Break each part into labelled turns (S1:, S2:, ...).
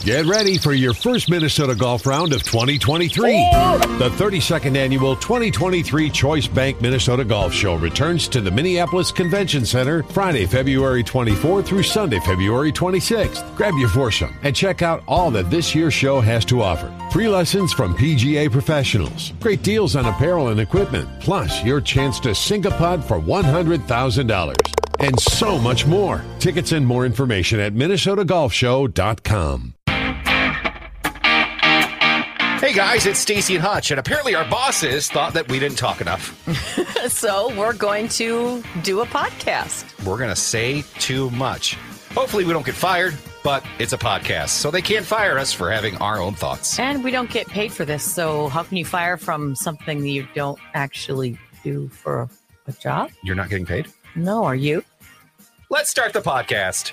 S1: Get ready for your first Minnesota Golf Round of 2023. The 32nd annual 2023 Choice Bank Minnesota Golf Show returns to the Minneapolis Convention Center Friday, February 24 through Sunday, February 26th. Grab your foursome and check out all that this year's show has to offer. Free lessons from PGA professionals, great deals on apparel and equipment, plus your chance to sink a putt for $100,000 and so much more. Tickets and more information at minnesotagolfshow.com.
S2: Hey guys, it's Stacy and Hutch, and apparently our bosses thought that we didn't talk enough.
S3: So we're going to do a podcast.
S2: We're gonna say too much. Hopefully, we don't get fired, but it's a podcast, so they can't fire us for having our own thoughts.
S3: And we don't get paid for this. So how can you fire from something that you don't actually do for a, a job?
S2: You're not getting paid?
S3: No, are you?
S2: Let's start the podcast.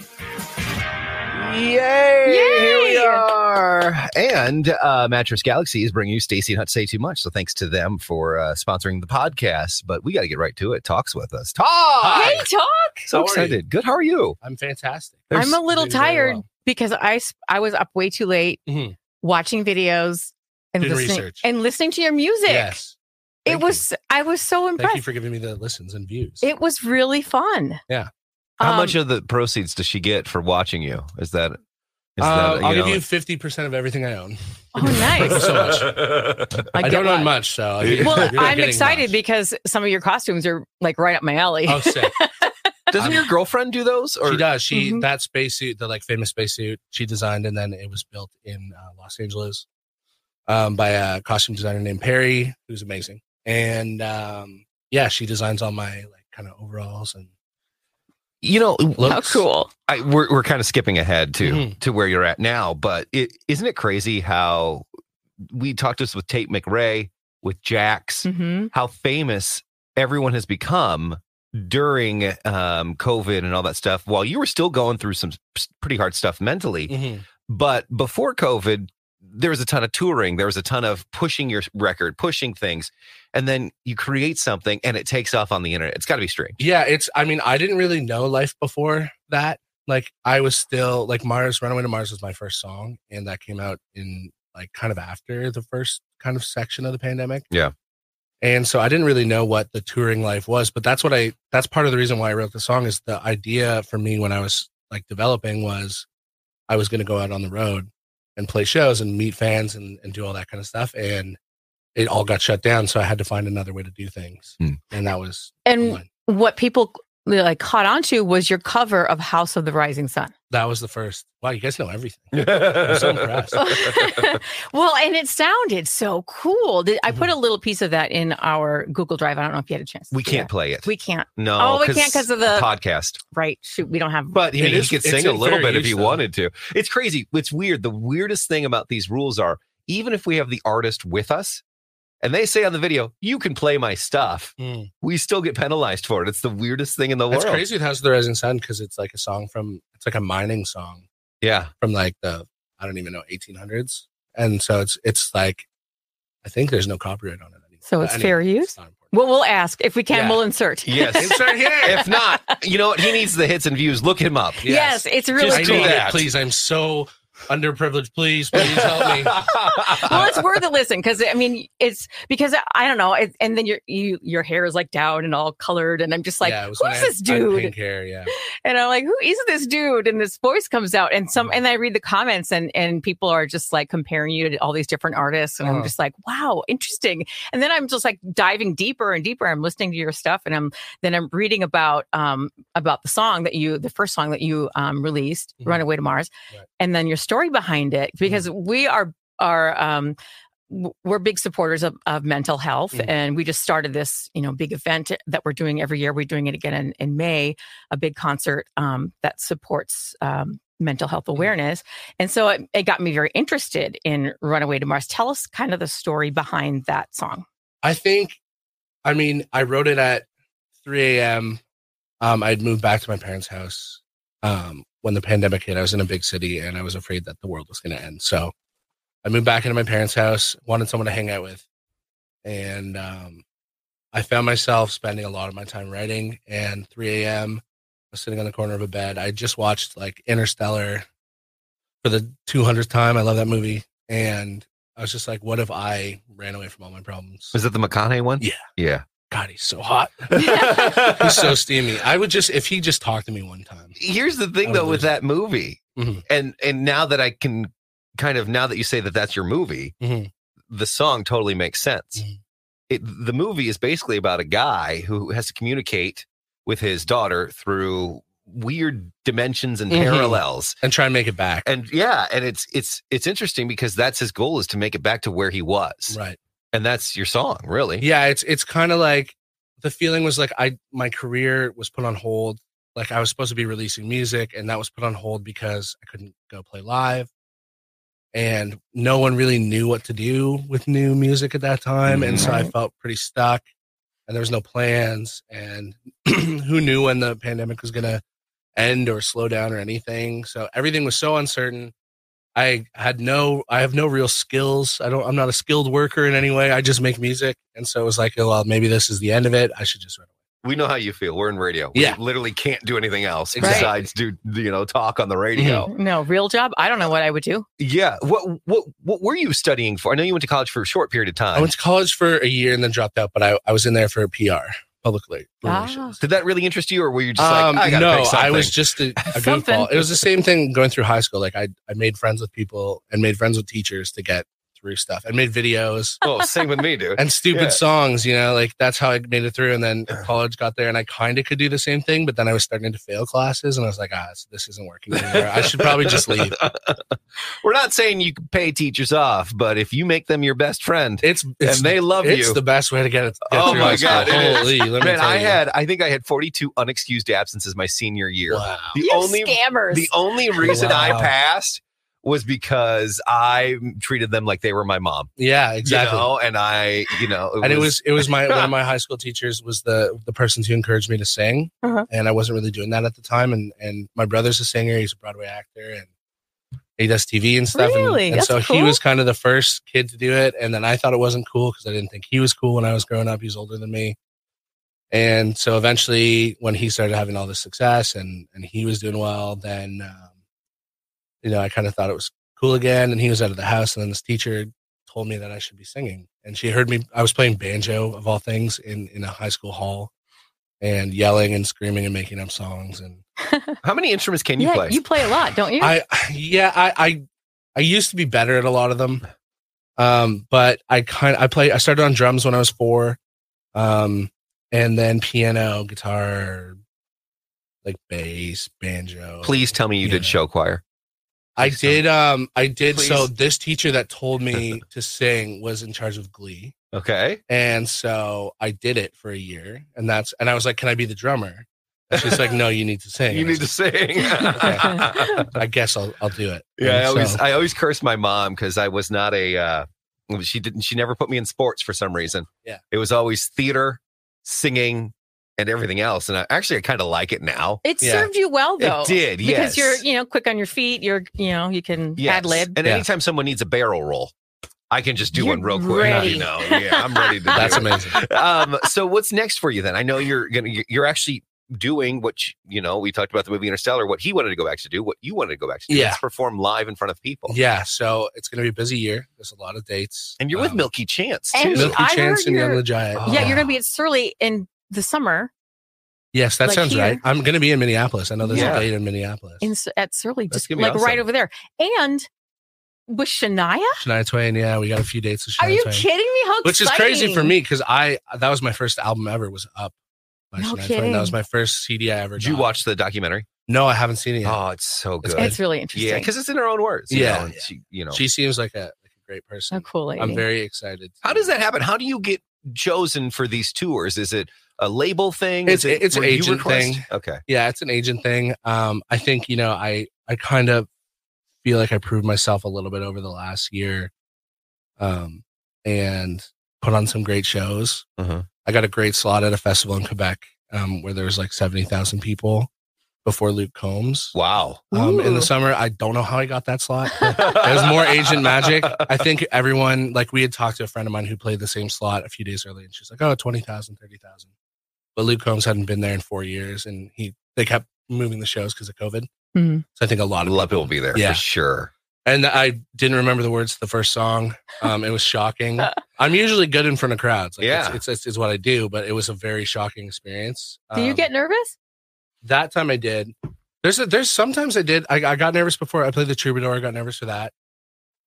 S4: Yay! Here we are. And uh, Mattress Galaxy is bringing you Stacy and Hut Say Too Much. So thanks to them for uh, sponsoring the podcast. But we got to get right to it. Talks with us. Talk.
S3: Hey, talk.
S4: So
S5: How are
S4: excited. Good. How are you?
S5: I'm fantastic.
S4: There's-
S3: I'm a little
S5: doing very
S3: tired
S5: well.
S3: because I s- I was up way too late
S5: Mhm.
S3: watching videos and
S5: Did
S3: listening
S5: research.
S3: and listening to your music.
S5: Yes.
S3: it
S5: Thank you.
S3: was I was so
S5: Thank you
S3: impressed.
S5: for giving me the listens and views.
S3: It was really fun.
S5: Yeah.
S4: How
S3: Um,
S4: much of the proceeds does she get for watching you? Is that? Is
S5: Uh,
S4: that
S5: I'll give
S4: know,
S5: you fifty percent of everything I own.
S3: Oh, nice.
S5: so much. I,
S3: get
S5: don't
S3: why.
S5: own much, so I- you're
S3: Well,
S5: not
S3: I'm
S5: getting
S3: excited
S5: much.
S3: because some of your costumes are like right up my alley.
S5: Oh, sick.
S4: Doesn't your girlfriend do those? Or
S5: she does. She
S3: Mhm.
S5: that spacesuit, the like famous spacesuit, she designed, and then it was built in uh, Los Angeles um, by a costume designer named Perry, who's amazing. And um, yeah, she designs all my like kind of overalls and
S4: you know,
S3: How cool.
S4: I, we're we're kind of skipping ahead to
S5: Mhm.
S4: to where you're at now, but it isn't it crazy how we talked this with Tate McRae, with Jax,
S3: Mm-hmm.
S4: how famous everyone has become during um, COVID and all that stuff. While you were still going through some s- pretty hard stuff mentally,
S5: Mm-hmm.
S4: but before COVID, there was a ton of touring, there was a ton of pushing your record, pushing things, and then you create something and it takes off on the internet. It's got to be strange.
S5: yeah it's i mean i didn't really know life before that like i was still like mars runaway to mars was my first song and that came out in like kind of after the first kind of section of the pandemic
S4: Yeah.
S5: and so i didn't really know what the touring life was but that's what i that's part of the reason why i wrote the song is the idea for me when i was like developing was i was going to go out on the road and play shows and meet fans and, and do all that kind of stuff and it all got shut down so i had to find another way to do things
S4: Hmm.
S5: and that was
S3: And
S5: one.
S3: what people like caught on to was your cover of House of the Rising Sun.
S5: That was the first. Wow, you guys know everything.
S4: I'm
S5: so impressed.
S3: well, and it sounded so cool. Did, I put a little piece of that in our Google Drive. I don't know if you had a chance. to
S4: Mm-hmm. We
S3: see
S4: can't
S3: that.
S4: play it.
S3: We can't.
S4: no,
S3: Oh, we can't 'cause of the-
S4: podcast.
S3: Right? Shoot, we don't have.
S4: But
S5: It
S4: he,
S5: is-
S4: he could
S5: it's
S4: sing a
S5: in
S4: little
S5: fair
S4: bit if he
S5: use, though.
S4: wanted to. It's crazy. It's weird. The weirdest thing about these rules are even if we have the artist with us and they say on the video, you can play my stuff,
S5: Hmm.
S4: we still get penalized for it. It's the weirdest thing in the
S5: That's
S4: world.
S5: crazy with House of the Rising Sun because it's like a song from, it's like a mining song
S4: Yeah.
S5: from like the, I don't even know, 1800s. And so it's, it's like, I think there's no copyright on it anymore.
S3: So
S5: But
S3: it's fair use?
S5: it's not important.
S3: Well, we'll ask if we can.
S4: Yeah.
S3: We'll insert.
S4: Yes.
S5: Insert here.
S4: if not, you know what? He needs the hits and views. Look him up.
S3: Yes, it's really
S4: Just
S5: I
S4: do
S5: need
S3: cool.
S4: that.
S5: it, please. I'm so underprivileged. Please, please help me.
S3: well, it's worth a listen because I mean, it's because I don't know, it, and then your you, your hair is like down and all colored, and I'm just like,
S5: yeah, it was when I
S3: who's
S5: had-
S3: this
S5: I had
S3: dude?
S5: Pink hair, yeah.
S3: and I'm like, who is this dude? And this voice comes out, and some, and I read the comments, and and people are just like comparing you to all these different artists, and I'm
S5: Uh-huh.
S3: just like, wow, interesting. And then I'm just like diving deeper and deeper. I'm listening to your stuff, and I'm then I'm reading about um about the song that you, the first song that you um released,
S5: Mhm.
S3: "Runaway to Mars,"
S5: Right.
S3: and then your story behind it, because we are are um. w- We're big supporters of, of mental health,
S5: Mhm.
S3: and we just started this, you know, big event that we're doing every year. We're doing it again in, in May, a big concert um, that supports um, mental health awareness. And so it, it got me very interested in Runaway to Mars. Tell us kind of the story behind that song.
S5: I think, I mean, I wrote it at 3 a.m. Um, I'd moved back to my parents' house um, when the pandemic hit. I was in a big city and I was afraid that the world was going to end. So I moved back into my parents' house, wanted someone to hang out with. And um, I found myself spending a lot of my time writing. And 3 a.m., I was sitting on the corner of a bed. I just watched like Interstellar for the 200th time. I love that movie. And I was just like, what if I ran away from all my problems?
S4: Is it the McConaughey one?
S5: Yeah.
S4: Yeah.
S5: God, he's so hot. He's so steamy. I would just, if he just talked to me one time.
S4: Here's the thing
S5: I
S4: though
S5: would
S4: with
S5: lose it.
S4: that movie,
S5: Mhm.
S4: and and now that I can kind of now that you say that that's your movie,
S5: Mhm.
S4: the song totally makes sense.
S5: Mhm.
S4: It, the movie is basically about a guy who has to communicate with his daughter through weird dimensions and
S5: Mhm.
S4: parallels.
S5: And try and make it back.
S4: And yeah, and it's it's it's interesting because that's his goal is to make it back to where he was.
S5: Right.
S4: And that's your song, really.
S5: Yeah, it's it's kind of like the feeling was like I my career was put on hold. Like I was supposed to be releasing music, and that was put on hold because I couldn't go play live, and no one really knew what to do with new music at that time, and so I felt pretty stuck, and there was no plans, and who knew when the pandemic was gonna end or slow down or anything. So everything was so uncertain. I had no I have no real skills. I don't I'm not a skilled worker in any way. I just make music. And so it was like, oh well, maybe this is the end of it. I should just run
S4: We know how you feel. We're in radio. We
S5: Yeah.
S4: literally can't do anything else
S5: Exactly.
S4: besides do you know talk on the radio.
S5: Mm-hmm.
S3: No, real job. I don't know what I would do.
S4: Yeah. What what what were you studying for? I know you went to college for a short period of
S5: I
S4: time.
S5: went to college for a year and then dropped out, but I, I was in there for a PR, public rela- relations.
S4: Did that really interest you, or were you just
S5: Um,
S4: like, Ah. I gotta
S5: no,
S4: pick something?
S5: I was just a, a
S3: Something.
S5: goofball. It was the same thing going through high school. Like I, I made friends with people and made friends with teachers to get through stuff and made videos
S4: oh, same with me, dude.
S5: and stupid
S4: Yeah.
S5: songs, you know, like that's how I made it through. And then college got there and I kind of could do the same thing, but then I was starting to fail classes and I was like, ah, this- this isn't working anymore. I should probably just leave.
S4: We're not saying you can pay teachers off, but if you make them your best friend
S5: It's, it's,
S4: and they love
S5: it's
S4: you,
S5: the best way to get it. Get
S4: Oh
S5: through
S4: my
S5: high school.
S4: God, it is.
S5: Holy, let me
S4: man,
S5: tell
S4: I
S5: you.
S4: had I think I had 42 unexcused absences my senior year.
S5: Wow.
S4: The
S3: you
S4: only
S3: scammers.
S4: the only reason I
S5: Wow.
S4: passed was because I treated them like they were my mom.
S5: Yeah,
S4: you
S5: exactly.
S4: know? and I, you know,
S5: and it was it was my one of my high school teachers was the the person who encouraged me to sing,
S3: Uh-huh.
S5: and I wasn't really doing that at the time. And and my brother's a singer; he's a Broadway actor, and he does TV and stuff. and-
S3: Really?
S5: And,
S3: That's
S5: so he
S3: cool.
S5: was kind of the first kid to do it, and then I thought it wasn't cool because I didn't think he was cool when I was growing up. He's older than me, and so eventually, when he started having all this success and and he was doing well, then um, you know I kind of thought it was cool again. And he was out of the house, and then this teacher told me that I should be singing. And she heard me, I was playing banjo of all things in, in a high school hall and yelling and screaming and making up songs. And
S4: how many instruments can you
S3: yeah,
S4: play?
S3: you play a lot, don't you?
S5: I, yeah, I, I, I used to be better at a lot of them. Um, but I kind I play, I started on drums when I was four. Um, and then piano, guitar, like bass, banjo.
S4: Please tell me you did
S5: Yeah.
S4: show choir.
S5: I
S4: Please tell
S5: did. Um, I did. So
S4: Please.
S5: this teacher that told me to sing was in charge of glee.
S4: Okay.
S5: And so I did it for a year, and that's and I was like, "Can I be the drummer?" And she's like, "No, you need to sing."
S4: You
S5: And I
S4: need to
S5: was
S4: sing.
S3: Okay.
S5: like, I guess I'll I'll do it.
S4: yeah, I
S5: And
S4: always
S5: so-
S4: I always curse my mom because I was not a uh, she didn't she never put me in sports for some reason.
S5: Yeah.
S4: It was always theater, singing, and everything else. And I actually I kind of like it now.
S3: it
S5: yeah.
S3: served you well though.
S4: it did, yes.
S3: Because you're, you know, quick on your feet. You're, you know, you can
S4: Yes.
S3: ad lib.
S4: And
S5: Yeah.
S4: anytime someone needs a barrel roll, I can just do
S3: You're
S4: one real quick.
S3: ready.
S4: You know, yeah, I'm ready to do
S5: that's
S4: it.
S5: amazing.
S4: um, so what's next for you then? I know you're gonna you're- you're actually doing what you, you know we talked about the movie Interstellar. What he wanted to go back to do, what you wanted to go back to do,
S5: Yeah.
S4: is perform live in front of people.
S5: Yeah, so it's gonna be a busy year. There's a lot of dates,
S4: And you're with
S5: Um,
S4: Milky Chance too.
S3: and-
S5: Milky
S3: I heard
S5: Chance and Young
S3: you're-
S5: the Giant.
S4: Oh.
S3: Yeah, you're going to be at Surly in the summer
S5: Yes, that
S3: like
S5: sounds
S3: here.
S5: right. I'm gonna be in Minneapolis. I know there's
S4: Yeah.
S5: a date in Minneapolis.
S3: in S- at Surly,
S4: That's
S3: just
S4: gonna be
S3: like
S4: awesome.
S3: right over there. And with Shania?
S5: Shania Twain. Yeah, we got a few dates with Shania
S3: Are you
S5: Twain,
S3: kidding me? How
S5: which is crazy for
S3: exciting.
S5: me because I that was my first album ever was Up. By
S3: No
S5: Shania Twain. That was
S3: kidding.
S5: my first CD I ever.
S4: Did you
S5: got.
S4: watch the documentary?
S5: No, I haven't seen it yet.
S4: Oh, it's so
S5: It's
S4: good.
S3: It's really interesting.
S4: yeah, because it's in her own words. You
S5: Yeah.
S4: know, and she- you know.
S5: She seems like a, like a great person.
S3: so cool.
S5: I'm
S3: lady.
S5: very excited.
S4: how does that happen? How do you get chosen for these tours? Is it a label thing?
S5: It's-
S4: Is it
S5: it's an
S4: where you
S5: agent
S4: request?
S5: thing.
S4: Okay.
S5: Yeah, it's an agent thing. Um, I think you know, I I kind of feel like I proved myself a little bit over the last year, um, and put on some great shows.
S4: Uh-huh.
S5: I got a great slot at a festival in Quebec, um, where there was like seventy thousand people before Luke Combs.
S4: Wow.
S5: Um, in
S3: Ooh.
S5: the summer, I don't know how I got that slot. It was more agent magic. I think everyone, like we had talked to a friend of mine who played the same slot a few days early, and she's like, oh, 20,000, 30,000. But Luke Combs hadn't been there in four years, and he they kept moving the shows because of COVID.
S3: Mhm.
S5: So I think a lot
S4: A
S5: of
S4: lot of people will be there
S5: Yeah.
S4: for sure.
S5: and I didn't remember the words to the first song. Um, it was shocking. I'm usually good in front of crowds. Like,
S4: Yeah.
S5: it's, it's, it's, it's what I do, but it was a very shocking experience.
S3: Do you
S5: Um,
S3: get nervous?
S5: that time I did. There's a, there's sometimes I did. I, I got nervous before I played the troubadour. I got nervous for that,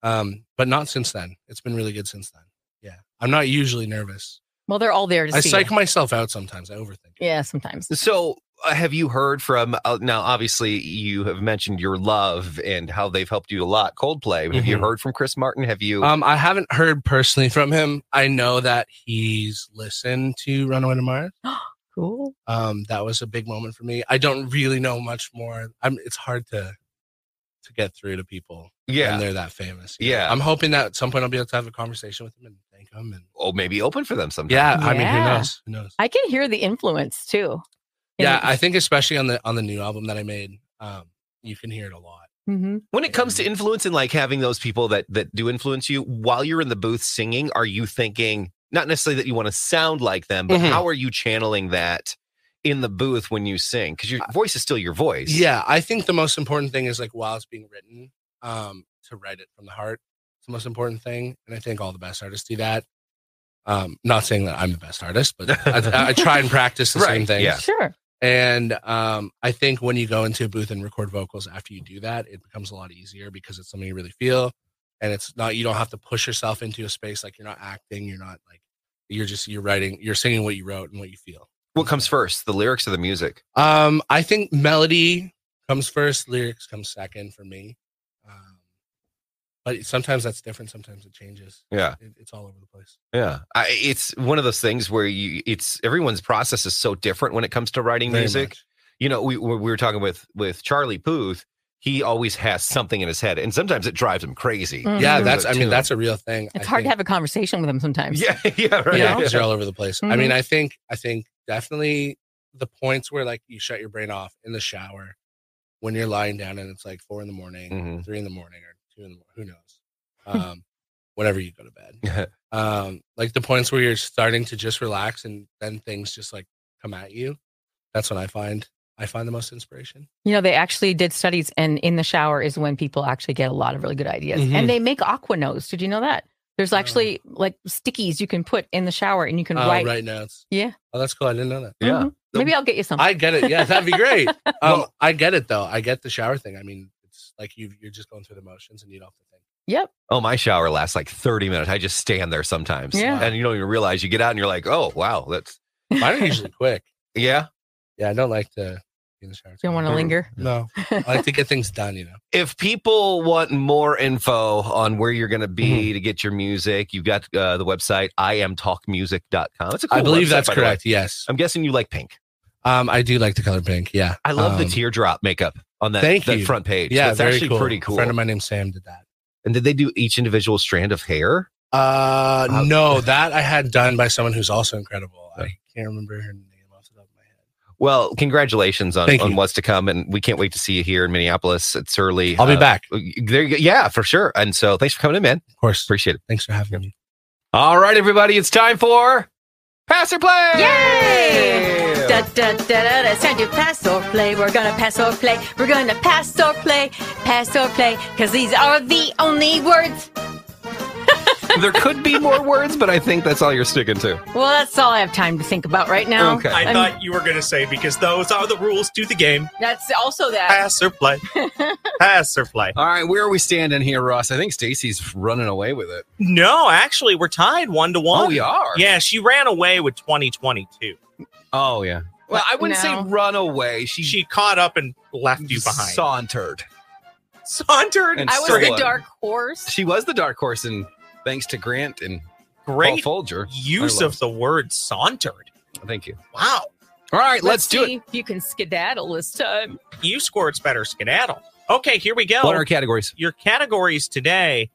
S5: um, but not since then. It's been really good since then. Yeah, I'm not usually nervous.
S3: Well, they're all there to
S5: I
S3: see.
S5: psych
S3: you.
S5: myself out sometimes. I overthink. it.
S3: Yeah, sometimes.
S4: So, uh, have you heard from uh, now? Obviously, you have mentioned your love and how they've helped you a lot. Coldplay. Have you
S5: Mhm.
S4: heard from Chris Martin? Have you?
S5: Um, I haven't heard personally from him. I know that he's listened to Runaway to Mars.
S3: Cool.
S5: um that was a big moment for me i don't really know much more i'm it's hard to to get through to people
S4: yeah.
S5: when they're that famous
S4: Yeah.
S5: i'm hoping that at some point i'll be able to have a conversation with them and thank them and
S4: oh, maybe open for them sometime.
S5: yeah, i mean who
S3: Yeah.
S5: knows who knows
S3: I can hear the influence too. in
S5: yeah
S3: it.
S5: i think especially on the on the new album that i made um you can hear it a lot
S3: Mhm.
S4: When it comes to influence and like having those people that that do influence you while you're in the booth singing, are you thinking not necessarily that you want to sound like them, but
S5: Mhm.
S4: how are you channeling that in the booth when you sing? Because your voice is still your voice.
S5: Uh, yeah i think the most important thing is like while it's being written um to write it from the heart it's the most important thing and i think all the best artists do that um not saying that i'm the best artist but i, I try and practice the same
S4: Right,
S5: thing
S4: yeah.
S3: Sure.
S5: And um, I think when you go into a booth and record vocals after you do that, it becomes a lot easier because it's something you really feel. And it's not, you don't have to push yourself into a space like you're not acting, you're not like, you're just, you're writing, you're singing what you wrote and what you feel.
S4: What comes first, the lyrics or the music?
S5: Um, I think melody comes first, lyrics come second for me. Um, but sometimes that's different, sometimes it changes.
S4: Yeah.
S5: It, it's all over the place.
S4: Yeah. I, it's one of those things where you it's everyone's process is so different when it comes to writing
S5: Very
S4: music.
S5: much.
S4: You know, we we were talking with with Charlie Puth. He always has something in his head, and sometimes it drives him crazy.
S3: Mhm.
S5: Yeah,
S4: There's
S5: that's,
S4: a
S5: I mean,
S4: tune.
S5: that's a real thing.
S3: It's
S5: I
S3: hard
S5: think-
S3: to have a conversation with them sometimes.
S4: yeah, yeah, right.
S5: yeah,
S4: Yeah.
S5: because you're all over the place. I mean, I think I think definitely the points where like you shut your brain off in the shower when you're lying down and it's like four in the morning,
S4: Mhm.
S5: three in the morning, or two in the morning, who knows? Um, whenever you go to bed, um, like the points where you're starting to just relax and then things just like come at you. That's when I find I find the most inspiration.
S3: You know, they actually did studies, and in the shower is when people actually get a lot of really good ideas.
S5: Mhm.
S3: And they make aqua notes. Did you know that? There's
S5: No.
S3: actually like stickies you can put in the shower and you can
S5: Uh,
S3: write.
S5: right now, it's
S3: Yeah.
S5: Oh, that's cool. I didn't know that.
S4: Yeah.
S3: Mhm. Maybe I'll get you something.
S5: I get it. Yeah, that'd be great. Um,
S4: Well-
S5: I get it though. I get the shower thing. I mean, it's like you you're just going through the motions and you don't have to think.
S3: yep.
S4: Oh, my shower lasts like 30 minutes. I just stand there sometimes.
S3: Yeah.
S4: And you don't even realize you get out and you're like, oh, wow, that's,
S5: Mine are usually quick.
S4: yeah.
S5: Yeah, I don't like to be in the shower.
S3: You don't want to linger.
S5: No, I like to get things done. You know.
S4: If people want more info on where you're going to be
S5: Mm-hmm.
S4: to get your music, you've got uh, the website, iamtalkmusic.com. It's a cool
S5: I believe
S4: website,
S5: that's
S4: by the way.
S5: correct. Yes.
S4: I'm guessing you like pink.
S5: Um, I do like the color pink. Yeah.
S4: I love the
S5: Um,
S4: teardrop makeup on that,
S5: thank
S4: that
S5: you.
S4: front page.
S5: Yeah,
S4: it's
S5: very
S4: actually
S5: cool.
S4: pretty
S5: A
S4: cool.
S5: friend of mine named Sam did that.
S4: and did they do each individual strand of hair?
S5: Uh,
S4: Wow.
S5: no, that I had done by someone who's also incredible.
S4: Yeah.
S5: I can't remember her name off the top of my head.
S4: Well, congratulations on,
S5: Thank
S4: on
S5: you.
S4: what's to come. And we can't wait to see you here in Minneapolis at Surly.
S5: I'll
S4: Uh,
S5: be back,
S4: There you go. Yeah, for sure. And so thanks for coming in, man.
S5: of course.
S4: Appreciate it.
S5: Thanks for having me.
S4: All right, everybody, it's time for Pass or Play.
S3: Yay! Da, da, da, da, da. Send you pass or play. We're gonna pass or play. We're gonna pass or play. Pass or play. Cause these are the only words.
S4: there could be more words, but I think that's all you're sticking to.
S3: Well, that's all I have time to think about right now.
S4: Okay.
S6: I
S3: I'm-
S6: thought you were going to say because those are the rules to the game.
S3: That's also that.
S6: Pass or play. Pass or play.
S7: All right, where are we standing here, Ross? I think Stacy's running away with it.
S6: No, actually, we're tied one to one.
S7: Oh, we are.
S6: Yeah, she ran away with 2022.
S7: Oh, yeah.
S4: Well, I wouldn't
S3: No.
S4: say run away. She,
S6: She caught up and left you behind.
S7: sauntered.
S6: Sauntered.
S7: And
S3: I was
S7: Sorry.
S3: the dark horse.
S7: She was the dark horse, and thanks to Grant and
S6: Great
S7: Paul Folger.
S6: use
S7: I love-
S6: of the word sauntered.
S7: Thank you.
S6: Wow.
S7: All right, let's, do it.
S3: see If you can skedaddle this time.
S6: You scored better skedaddle. Okay, here we go.
S7: What are our categories?
S6: Your categories today.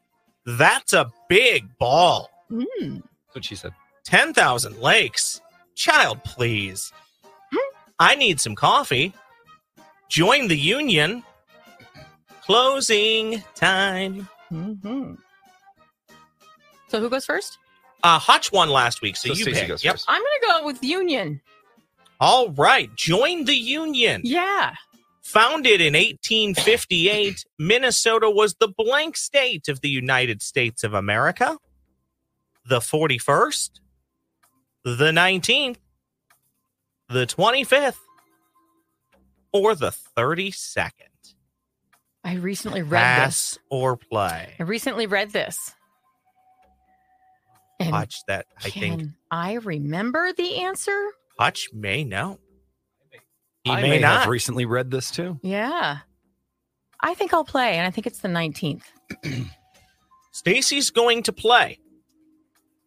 S6: That's a big ball.
S3: Mm.
S7: That's what she said.
S6: 10,000 lakes. Child, please. I need some coffee. Join the union. Closing time.
S3: hmm So who goes first?
S6: Uh, Hotch won last week, so,
S4: so
S6: you
S4: Stacey
S6: pick.
S4: goes
S6: Yep.
S4: first.
S3: I'm gonna go with Union.
S6: All right. Join the union.
S3: Yeah.
S6: Founded in 1858, Minnesota was the blank state of the United States of America, the 41st, the 19th, the 25th, or the 32nd.
S3: I recently read this.
S6: Pass or play.
S3: I recently read this. And
S6: Hutch, that I
S3: can
S6: think
S3: I remember the answer?
S6: Hutch may know. He
S4: I
S6: may,
S4: may
S6: not.
S4: have recently read this too.
S3: Yeah. I think I'll play, and I think it's the 19th.
S6: Stacy's going to play.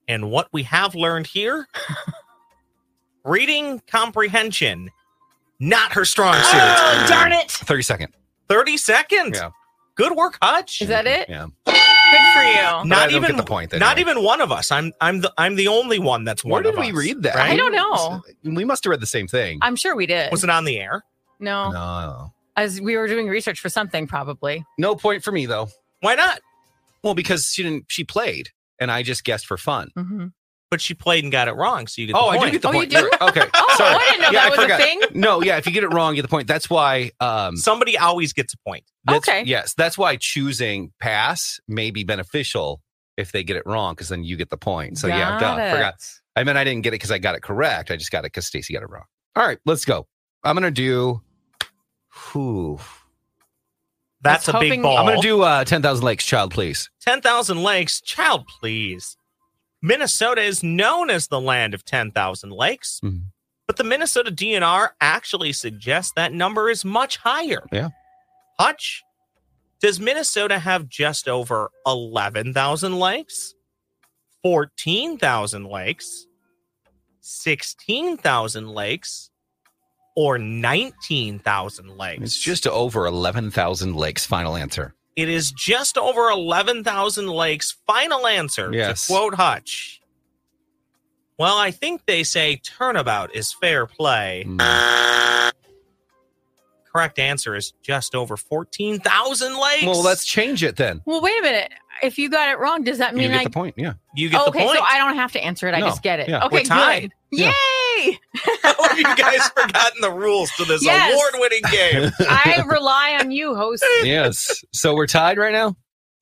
S6: And what we have learned here reading comprehension, not her strong suit.
S3: Oh, darn it.
S4: Thirty second.
S6: 30 seconds.
S4: Yeah.
S6: Good work, Hutch.
S3: Is that it?
S4: Yeah.
S3: Good for
S4: But
S3: you.
S4: I don't
S6: Not
S4: get
S6: even
S4: the point.
S6: Not
S4: anyway.
S6: even one of us. I'm I'm the I'm the only one that's
S4: Where
S6: one
S4: did
S6: of
S4: we
S6: us,
S4: read that?
S6: right?
S3: I don't know.
S4: We must have read the same thing.
S3: I'm sure we did.
S6: Was it on the air?
S3: no,
S4: No.
S3: as we were doing research for something, probably.
S4: No point for me though.
S6: Why not?
S4: Well, because she didn't. She played, and I just guessed for fun.
S3: hmm
S6: But she played and got it wrong, so you get the
S4: Oh, I do
S6: point.
S4: get the
S3: Oh, you
S4: point.
S3: do?
S4: okay.
S3: Oh,
S4: Sorry.
S3: I didn't know
S4: Yeah, I
S3: that was a
S4: forgot.
S3: thing.
S4: No, yeah. If you get it wrong, you get the point. That's why. Um,
S6: Somebody always gets a point.
S4: that's,
S3: Okay.
S4: Yes, that's why choosing pass may be beneficial if they get it wrong, because then you get the point. So yeah,
S3: Got
S4: duh,
S3: it.
S4: forgot. I mean, I didn't get it because I got it correct. I just got it because Stacy got it wrong. All right, let's go. I'm gonna do. Whew.
S6: That's
S3: I was
S6: a big
S3: hoping-
S6: ball.
S4: I'm gonna do uh, Ten Thousand Lakes, Child Please.
S6: 10,000 lakes, child, please. Minnesota is known as the land of 10,000 lakes,
S4: Mhm.
S6: but the Minnesota DNR actually suggests that number is much higher.
S4: Yeah.
S6: Hutch, does Minnesota have just over 11,000 lakes, 14,000 lakes, 16,000 lakes, or 19,000 lakes?
S4: It's just over eleven thousand lakes. Final answer.
S6: It is just over 11,000 lakes. Final answer
S4: Yes.
S6: to quote Hutch. Well, I think they say turnabout is fair play.
S4: Hmm.
S6: Correct answer is just over 14,000 lakes.
S4: Well, let's change it then.
S3: Well, wait a minute. If you got it wrong, does that
S4: You
S3: mean
S4: get
S3: I?
S4: the point. Yeah.
S6: You get
S3: Oh,
S6: the
S3: okay,
S6: point.
S3: so I don't have to answer it. I
S4: No.
S3: just get it.
S4: Yeah.
S3: Okay,
S6: We're tied.
S3: good.
S4: Yeah.
S3: Yay!
S6: Have you guys forgotten the rules to this
S3: Yes.
S6: award-winning game?
S3: I rely on you, host.
S4: yes. So we're tied right now.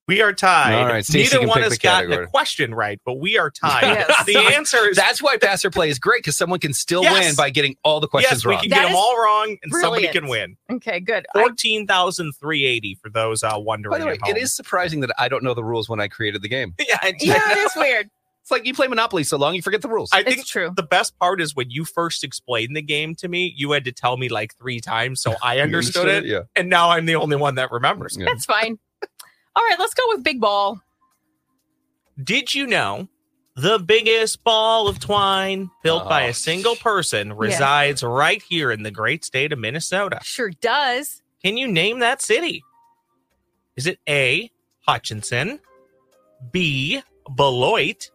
S6: We are tied.
S4: All right, Stacey
S6: Neither
S4: can
S6: one
S4: pick
S6: has
S4: the
S6: gotten the
S4: category.
S6: question right, but we are tied.
S3: Yes.
S6: The answer is
S4: That's why passer play is great because someone can still
S6: Yes.
S4: win by getting all the questions
S6: yes, we
S4: wrong.
S6: can
S3: That
S6: get them
S3: is
S6: all wrong, and somebody
S3: brilliant.
S6: can win.
S3: Okay, good. I-
S6: Fourteen thousand three eighty for those uh, wondering.
S4: By the way,
S6: at home.
S4: it is surprising that I don't know the rules when I created the game.
S6: Yeah, I,
S3: yeah, it is weird.
S4: It's like you play Monopoly so long you forget the rules.
S6: I think
S3: It's true.
S6: the best part is when you first explained the game to me, you had to tell me like three times so I understood it,
S4: Yeah.
S6: and now I'm the only one that remembers.
S4: Yeah.
S3: That's fine. All right, let's go with big ball.
S6: Did you know the biggest ball of twine built by
S4: Oh.
S6: a single person resides right here in the great state of Minnesota?
S3: Sure does.
S6: Can you name that city? Is it A. Hutchinson, B. Beloit,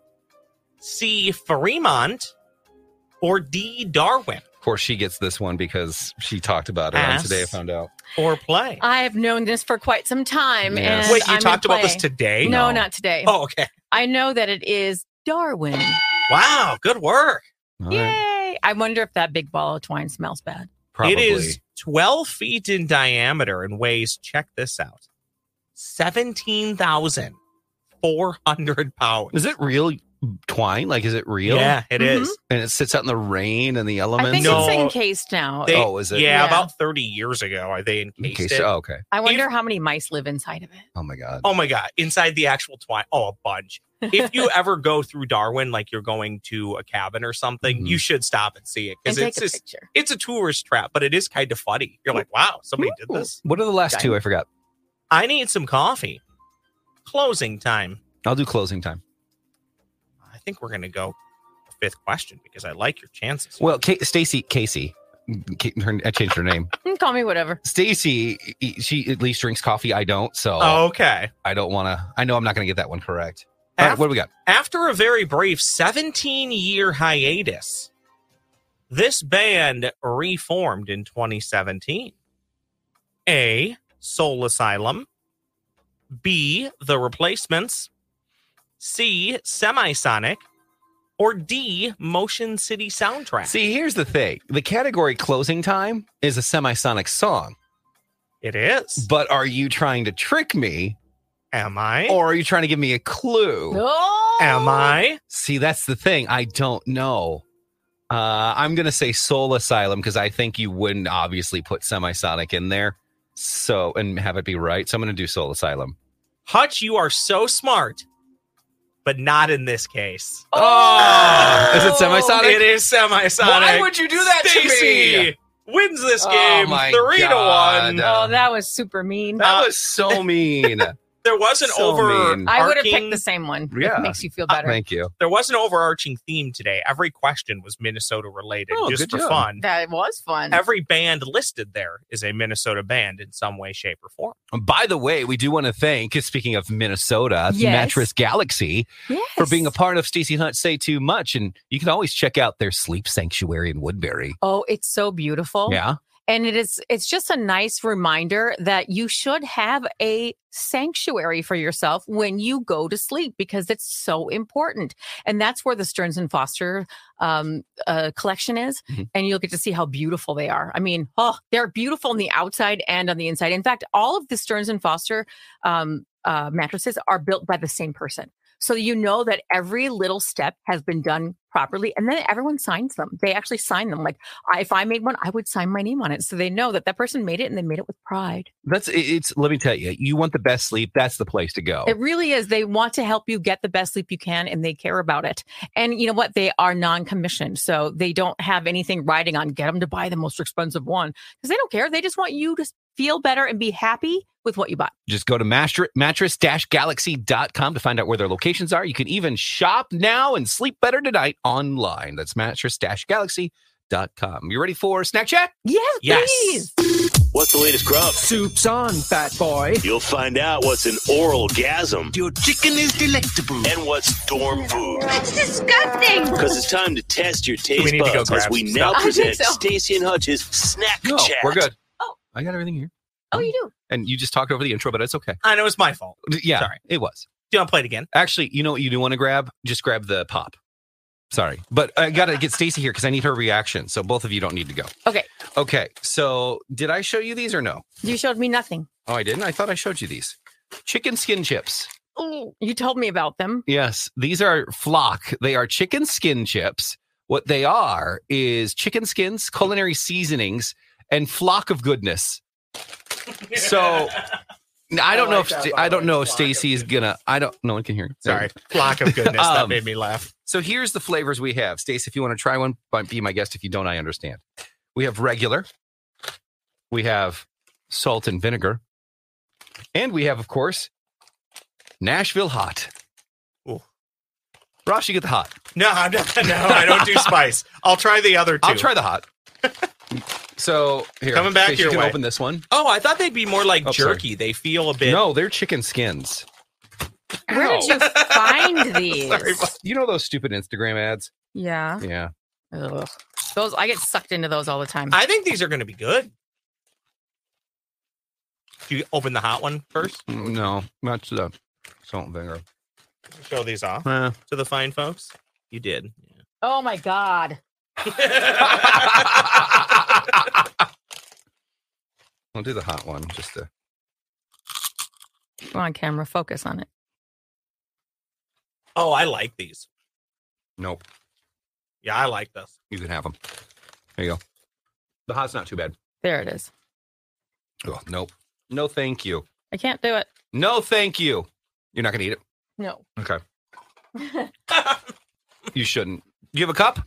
S6: C. Fremont, or D. Darwin?
S4: Of course, she gets this one because she talked about it
S6: Ass.
S4: on today. I found out.
S6: Or play?
S3: I have known this for quite some time.
S4: Yes.
S3: And
S6: Wait, you
S3: Uh, I'm
S6: talked
S3: gonna
S6: about this
S3: play.
S6: today?
S3: No,
S4: No.
S3: not today.
S6: Oh, okay.
S3: I know that it is Darwin.
S6: Wow, good work.
S4: All right.
S3: Yay! I wonder if that big ball of twine smells bad.
S4: Probably.
S6: It is 12 feet in diameter and weighs, check this out, 17,400 pounds.
S4: Is it real twine? Like, is it real?
S6: Yeah, it is.
S3: Mhm.
S4: And it sits out in the rain and the
S3: I
S4: elements.
S3: think
S6: No.
S3: it's encased now.
S6: They-
S4: oh, is it?
S6: Yeah,
S3: Yeah.
S6: about 30 years ago, are they encased
S4: Okay.
S6: it?
S4: So, oh, okay.
S3: I wonder how many mice live inside of it.
S4: Oh my God.
S6: Oh my god, inside the actual twine. Oh, a bunch. If you ever go through Darwin, like you're going to a cabin or something,
S4: Mhm.
S6: you should stop and see it
S3: And
S6: because
S3: take
S6: it's
S3: a
S6: just,
S3: picture.
S6: it's a tourist trap, but it is kind of funny. You're like, wow, somebody did this.
S4: What are the last two? I forgot.
S6: I need some coffee. Closing time.
S4: I'll do closing time.
S6: I think we're gonna go fifth question because I like your chances.
S4: Well, Ca Stacy Casey, Ca- her, I changed her name.
S3: Mm, Call me whatever.
S4: Stacy, e, she at least drinks coffee. I don't, so
S6: Oh, okay.
S4: I don't want to. I know I'm not going to get that one correct. All right,
S6: After,
S4: what do we got?
S6: after a very brief 17 year hiatus, this band reformed in 2017. A. Soul Asylum. B. The Replacements. C. Semisonic. Or D. Motion City Soundtrack.
S4: See, here's the thing: the category closing time is a semisonic song.
S6: It is.
S4: But are you trying to trick me
S6: Am I?
S4: or are you trying to give me a clue?
S3: Oh,
S6: Am I?
S4: See, that's the thing. I don't know. Uh, I'm going to say Soul Asylum because I think you wouldn't obviously put Semisonic in there. So, and have it be right. So I'm going to do Soul Asylum.
S6: Hutch, you are so smart, but not in this case.
S3: Oh.
S4: Is it Semisonic?
S6: It is semi-sonic.
S4: Why would you do that to me?
S6: Stacy wins this
S4: Oh
S6: game
S4: my
S6: three to one.
S4: God.
S3: Oh, that was super mean.
S4: That was so mean.
S6: There was an
S4: So
S6: over.
S4: mean.
S3: I would have picked the same one.
S4: Yeah.
S3: It makes you feel better.
S4: Thank you.
S6: There was an overarching theme today. Every question was Minnesota related,
S4: Oh,
S6: just
S4: good
S6: for
S4: job.
S6: fun.
S3: that was fun.
S6: Every band listed there is a Minnesota band in some way, shape, or form.
S4: By the way, we do want to thank, speaking of Minnesota,
S3: Yes.
S4: Mattress Galaxy.
S3: Yes.
S4: for being a part of Stacey Hunt Say Too Much. And you can always check out their sleep sanctuary in Woodbury.
S3: Oh, it's so beautiful.
S4: Yeah.
S3: And it is it's just a nice reminder that you should have a sanctuary for yourself when you go to sleep because it's so important. And that's where the Stearns and Foster um, uh, collection is.
S4: Mhm.
S3: And you'll get to see how beautiful they are. I mean, oh, they're beautiful on the outside and on the inside. In fact, all of the Stearns and Foster um, uh, mattresses are built by the same person. So you know that every little step has been done properly. And then everyone signs them. They actually sign them. Like I, if I made one, I would sign my name on it. So they know that that person made it and they made it with pride.
S4: That's it- it's let me tell you, you want the best sleep, that's the place to
S6: Oh.
S4: go.
S3: It really is. They want to help you get the best sleep you can and they care about it. And you know what? They are non commissioned. So they don't have anything riding on get them to buy the most expensive one because they don't care. They just want you to feel better and be happy with what you bought.
S4: Just go to master- mattress-galaxy.com to find out where their locations are. You can even shop now and sleep better tonight online. That's mattress-galaxy.com. You ready for snack chat?
S3: Yes,
S6: Yes.
S3: please.
S8: What's the latest grub?
S9: Soup's on, fat boy.
S8: You'll find out what's an oral gasm
S9: Your chicken is delectable.
S8: and what's dorm food.
S10: That's disgusting.
S8: Because it's time to test your
S6: we
S8: taste
S6: need to go
S8: buds as
S6: grab
S8: we
S6: some
S8: now
S3: stuff? I think
S8: present
S3: so.
S8: Stacy and Hutch's snack chat.
S4: we're good.
S3: Oh.
S4: I got everything here.
S3: Oh, you do.
S4: And you just talked over the intro, but it's okay.
S6: I know it's my fault.
S4: Yeah,
S6: Sorry.
S4: it was.
S6: Do you want to play it again?
S4: Actually, you know what you do want to grab? Just grab the pop. Sorry, but I got to get Stacy here because I need her reaction. So both of you don't need to go.
S3: Okay.
S4: Okay. So did I show you these or no?
S3: You showed me nothing.
S4: Oh, I didn't. I thought I showed you these. Chicken skin chips.
S10: Oh.
S3: You told me about them.
S4: Yes, these are flock. They are chicken skin chips. What they are is chicken skins, culinary seasonings, and flock of goodness. So I don't know if Sta- I don't know if Stacy is gonna. I don't. No one can hear.
S6: Sorry. Flock of goodness. that
S4: Um,
S6: made me laugh.
S4: So here's the flavors we have. Stace, if you want to try one, but be my guest. If you don't, I understand. We have regular, we have salt and vinegar, and we have, of course, Nashville hot.
S6: Ooh.
S4: Ross, you get the hot.
S6: No, I'm not, no, I don't do spice. I'll try the other 2
S4: I'll try the hot. so here,
S6: Coming back
S4: Stace,
S6: your
S4: you can
S6: way.
S4: open this one.
S6: Oh, I thought they'd be more like
S4: Oh, sorry.
S6: jerky. They feel a bit.
S4: No, they're chicken skins.
S3: Where did you find these?
S6: Sorry, but-
S4: You know those stupid Instagram ads?
S3: yeah.
S4: Yeah.
S3: Ugh. Those I get sucked into those all the time.
S6: I think these are going to be good. Do you open the hot one first?
S4: Mm, No, not the salt and vinegar.
S6: Show these off
S4: Eh.
S6: to the fine folks. You did.
S3: oh my god.
S4: I'll do the hot one just to.
S3: Come on camera, focus on it.
S6: oh, I like these.
S4: Nope.
S6: Yeah, I like this.
S4: You can have them. There you go. The hot's not too bad.
S3: There it is.
S4: Oh, nope. No, thank you.
S3: I can't do it.
S4: No, thank you. You're not going to eat it.
S3: No.
S4: Okay. You shouldn't. Do you have a cup?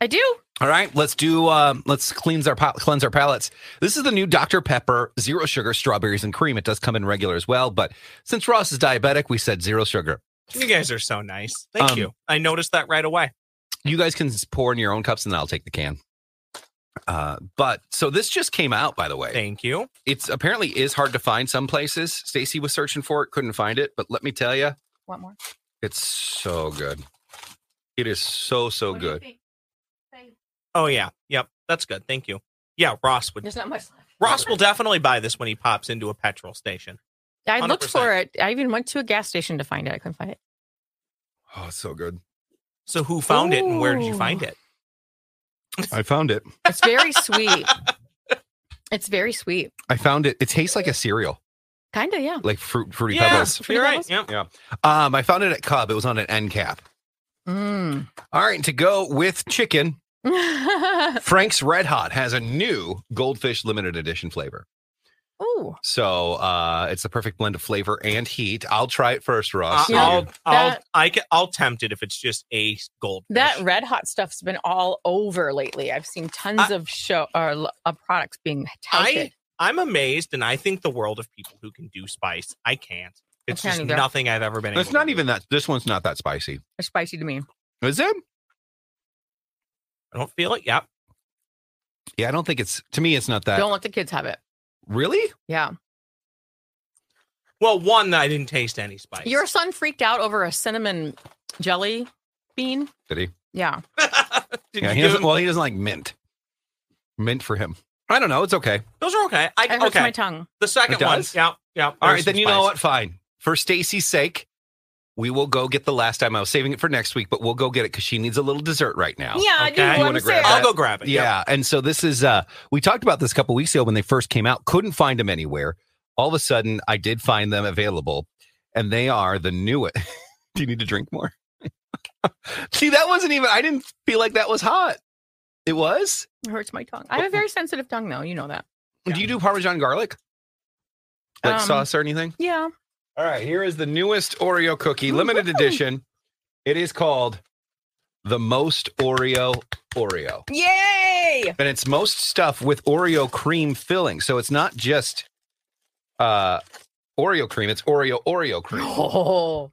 S3: I do.
S4: All right, let's do. Um, let's cleanse our pal- cleanse our palates. This is the new Dr Pepper zero sugar strawberries and cream. It does come in regular as well, but since Ross is diabetic, we said zero sugar.
S6: You guys are so nice. Thank
S4: Um,
S6: you. I noticed that right away.
S4: you guys can pour in your own cups and then I'll take the can. Uh, but so this just came out, by the way.
S6: Thank you.
S4: It's apparently is hard to find some places. Stacy was searching for it, couldn't find it. But let me tell you,
S3: Want more?
S4: it's so good. It is so so
S3: What do you
S4: good.
S3: think? Say-
S6: Oh yeah. Yep. That's good. Thank you. Yeah, Ross would.
S3: There's not much left.
S6: Ross will definitely buy this when he pops into a petrol station.
S3: I looked for it. I even went to a gas station to find it. I couldn't find it.
S4: Oh, it's so good.
S6: So who found it and where did you
S3: Ooh.
S6: find it?
S4: I found it.
S3: It's very sweet. It's very sweet.
S4: I found it. It tastes like a cereal,
S3: Kinda, yeah.
S4: like fruit fruity
S6: Yeah,
S4: pebbles.
S6: you're right.
S3: Pebbles?
S6: Yep.
S4: Um, I found it at Cub. It was on an end cap.
S3: Mm.
S4: All right, to go with chicken, Frank's Red Hot has a new Goldfish Limited Edition flavor.
S3: Ooh.
S4: So uh, it's the perfect blend of flavor and heat. I'll try it first, Ross.
S6: I-
S3: Yeah.
S6: Uh, I'll, I'll,
S3: That-
S6: I can, I'll tempt it if it's just a gold.
S3: That red hot stuff's been all over lately. I've seen tons
S6: I-
S3: of show or l- of products being touted.
S6: I'm amazed, and I think the world of people who can do spice. I can't. It's
S3: can't
S6: just
S3: either.
S6: nothing I've ever been. able
S4: It's not
S6: to do.
S4: even that. This one's not that spicy.
S3: They're spicy to me.
S4: Is it?
S6: I don't feel it. Yep.
S4: Yeah, I don't think it's. To me, it's not that.
S3: Don't let the kids have it.
S4: Really?
S3: Yeah.
S6: Well, one that I didn't taste any spice.
S3: Your son freaked out over a cinnamon jelly bean.
S4: Did he?
S3: Yeah.
S6: Did
S4: Yeah, he
S6: you give
S4: doesn't.
S6: him-
S4: Well, he doesn't like mint. Mint for him. I don't know. It's okay.
S6: those are okay. I,
S3: It hurts
S6: okay.
S3: my tongue.
S6: the second
S4: It
S6: one.
S4: does?
S6: Yeah. Yeah.
S4: All
S6: there's
S4: right, then
S6: some
S4: you know
S6: spice.
S4: what? Fine. For Stacy's sake, we will go get the last time. I was saving it for next week, but we'll go get it because she needs a little dessert right now.
S3: Yeah, I
S6: okay. You
S3: do.
S4: Oh, wanna
S3: I'm
S4: grab
S3: serious.
S4: that?
S6: I'll go grab it.
S4: Yeah. And so this is uh we talked about this a couple weeks ago when they first came out, couldn't find them anywhere. All of a sudden I did find them available, and they are the newest. Do you need to drink more? See, that wasn't even I didn't feel like that was hot. It was?
S3: It hurts my tongue.
S4: Oh.
S3: I have a very sensitive tongue, though. You know that.
S4: Do you do Parmesan garlic? Like
S3: Um,
S4: sauce or anything?
S3: Yeah.
S4: All right, here is the newest Oreo cookie, limited edition. It is called the most Oreo Oreo.
S3: Yay!
S4: And it's most stuff with Oreo cream filling. So it's not just uh Oreo cream, it's Oreo Oreo cream.
S3: Oh,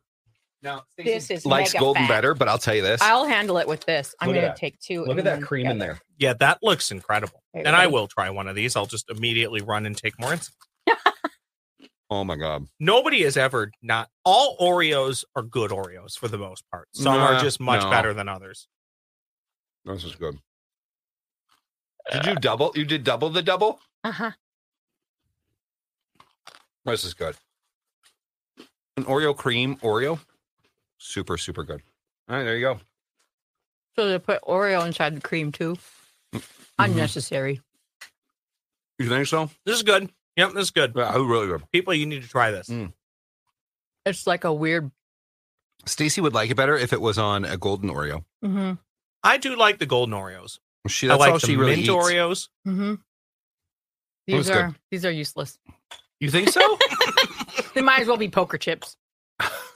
S4: Now, Stacey
S3: this is
S4: likes
S3: mega
S4: golden
S3: fat.
S4: better, but I'll tell you this.
S3: I'll handle it with this. I'm
S4: Look at
S3: going to
S4: that.
S3: take two.
S4: Look at
S3: and
S4: that
S3: then
S4: cream in
S3: together.
S4: there.
S6: Yeah, that looks incredible.
S3: There you
S6: and I
S3: go.
S6: will try one of these. I'll just immediately run and take more. It's,
S4: Oh my god.
S6: nobody has ever not. All Oreos are good Oreos for the most part. Some
S4: Nah,
S6: are just much
S4: no.
S6: better than others.
S4: This is good. Did you double? You did double the double?
S3: Uh-huh.
S4: This is good. An Oreo cream Oreo. Super, super good. All right, there you go.
S3: So they put Oreo inside the cream, too.
S4: Mm-hmm.
S3: Unnecessary.
S4: You think so?
S6: This is good. Yep, this is good.
S4: Yeah, who really good.
S6: People, you need to try this.
S4: Mm.
S3: It's like a weird.
S4: Stacy would like it better if it was on a golden Oreo.
S3: hmm
S6: I do like the golden Oreos.
S4: She
S6: I
S4: that's all
S6: like the
S4: she really
S6: mint
S4: eats.
S6: Oreos.
S3: hmm
S4: was
S3: These
S4: good.
S3: are these are useless.
S4: You think so?
S3: They might as well be poker chips.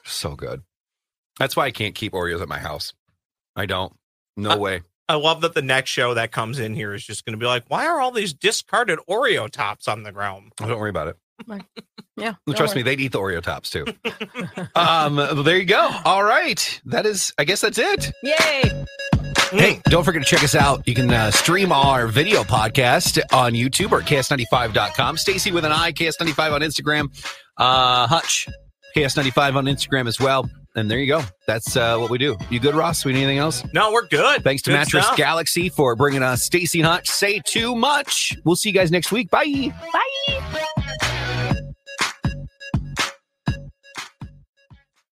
S4: so good. That's why I can't keep Oreos at my house. I don't. No
S6: Uh,
S4: way.
S6: I love that the next show that comes in here is just going to be like, why are all these discarded Oreo tops on the ground?
S4: Oh, don't worry about it.
S3: Yeah.
S4: Trust me, they'd eat the Oreo tops too. um, well, there you go. All right. That is, I guess that's it.
S3: me. Yay!
S4: Hey, don't forget to check us out. You can uh, stream our video podcast on YouTube or KS95.com. Stacy with an I, KS95 on Instagram. Uh, Hutch, KS95 on Instagram as well. And there you go. That's uh, what we do. You good, Ross? We need anything else?
S6: No, we're good.
S4: Thanks to
S6: Good
S4: Mattress
S6: stuff.
S4: Galaxy for bringing us Stacy and Hutch. Say too much. We'll see you guys next week. Bye.
S3: Bye.